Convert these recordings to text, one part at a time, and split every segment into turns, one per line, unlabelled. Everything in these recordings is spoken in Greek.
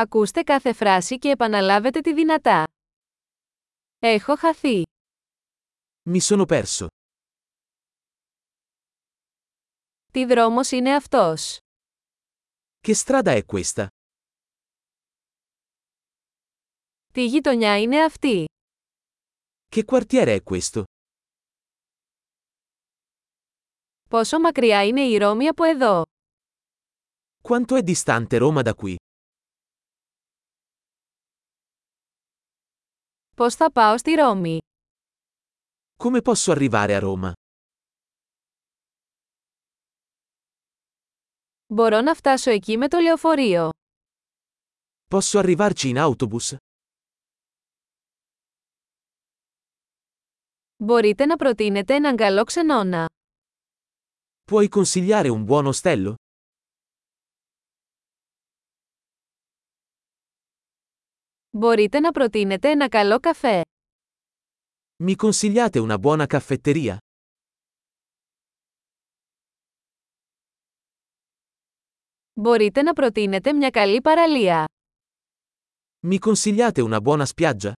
Ακούστε κάθε φράση και επαναλάβετε τη δυνατά. Έχω χαθεί.
Mi sono perso.
Τι δρόμος είναι αυτός.
Che strada è questa?
Τι γειτονιά είναι αυτή.
Che quartiere è questo?
Πόσο μακριά είναι η Ρώμη από εδώ.
Quanto è distante Roma da qui?
Πώς θα πάω στη Ρώμη.
Come posso arrivare a Roma?
Μπορώ να φτάσω εκεί με το λεωφορείο.
Posso arrivarci in autobus?
Μπορείτε να προτείνετε έναν καλό ξενώνα.
Puoi consigliare un buon ostello?
Μπορείτε να προτείνετε ένα καλό καφέ.
Mi consigliate una buona caffetteria?
Μπορείτε να προτείνετε μια καλή παραλία.
Mi consigliate una buona spiaggia?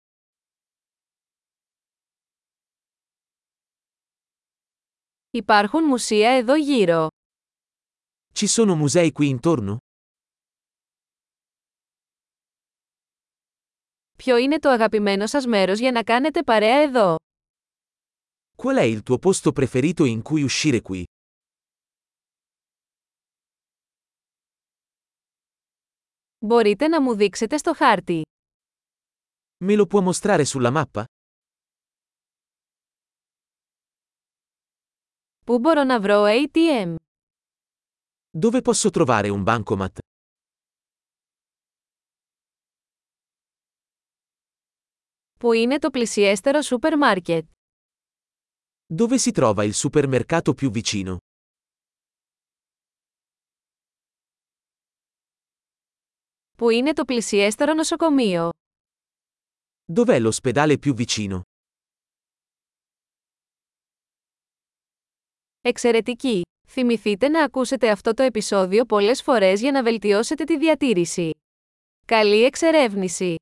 Υπάρχουν μουσεία εδώ γύρω.
Ci sono musei qui intorno?
Ποιο είναι το αγαπημένο σας μέρος για να κάνετε παρέα εδώ.
Qual è il tuo posto preferito in cui uscire qui?
Μπορείτε να μου δείξετε στο χάρτη.
Me lo può mostrare sulla mappa?
Πού μπορώ να βρω ATM.
Dove posso trovare un bancomat?
Πού είναι το πλησιέστερο σούπερ μάρκετ.
Dove si trova il supermercato più vicino?
Πού είναι το πλησιέστερο νοσοκομείο.
Dov'è l'ospedale più vicino?
Εξαιρετική! Θυμηθείτε να ακούσετε αυτό το επεισόδιο πολλές φορές για να βελτιώσετε τη διατήρηση. Καλή εξερεύνηση!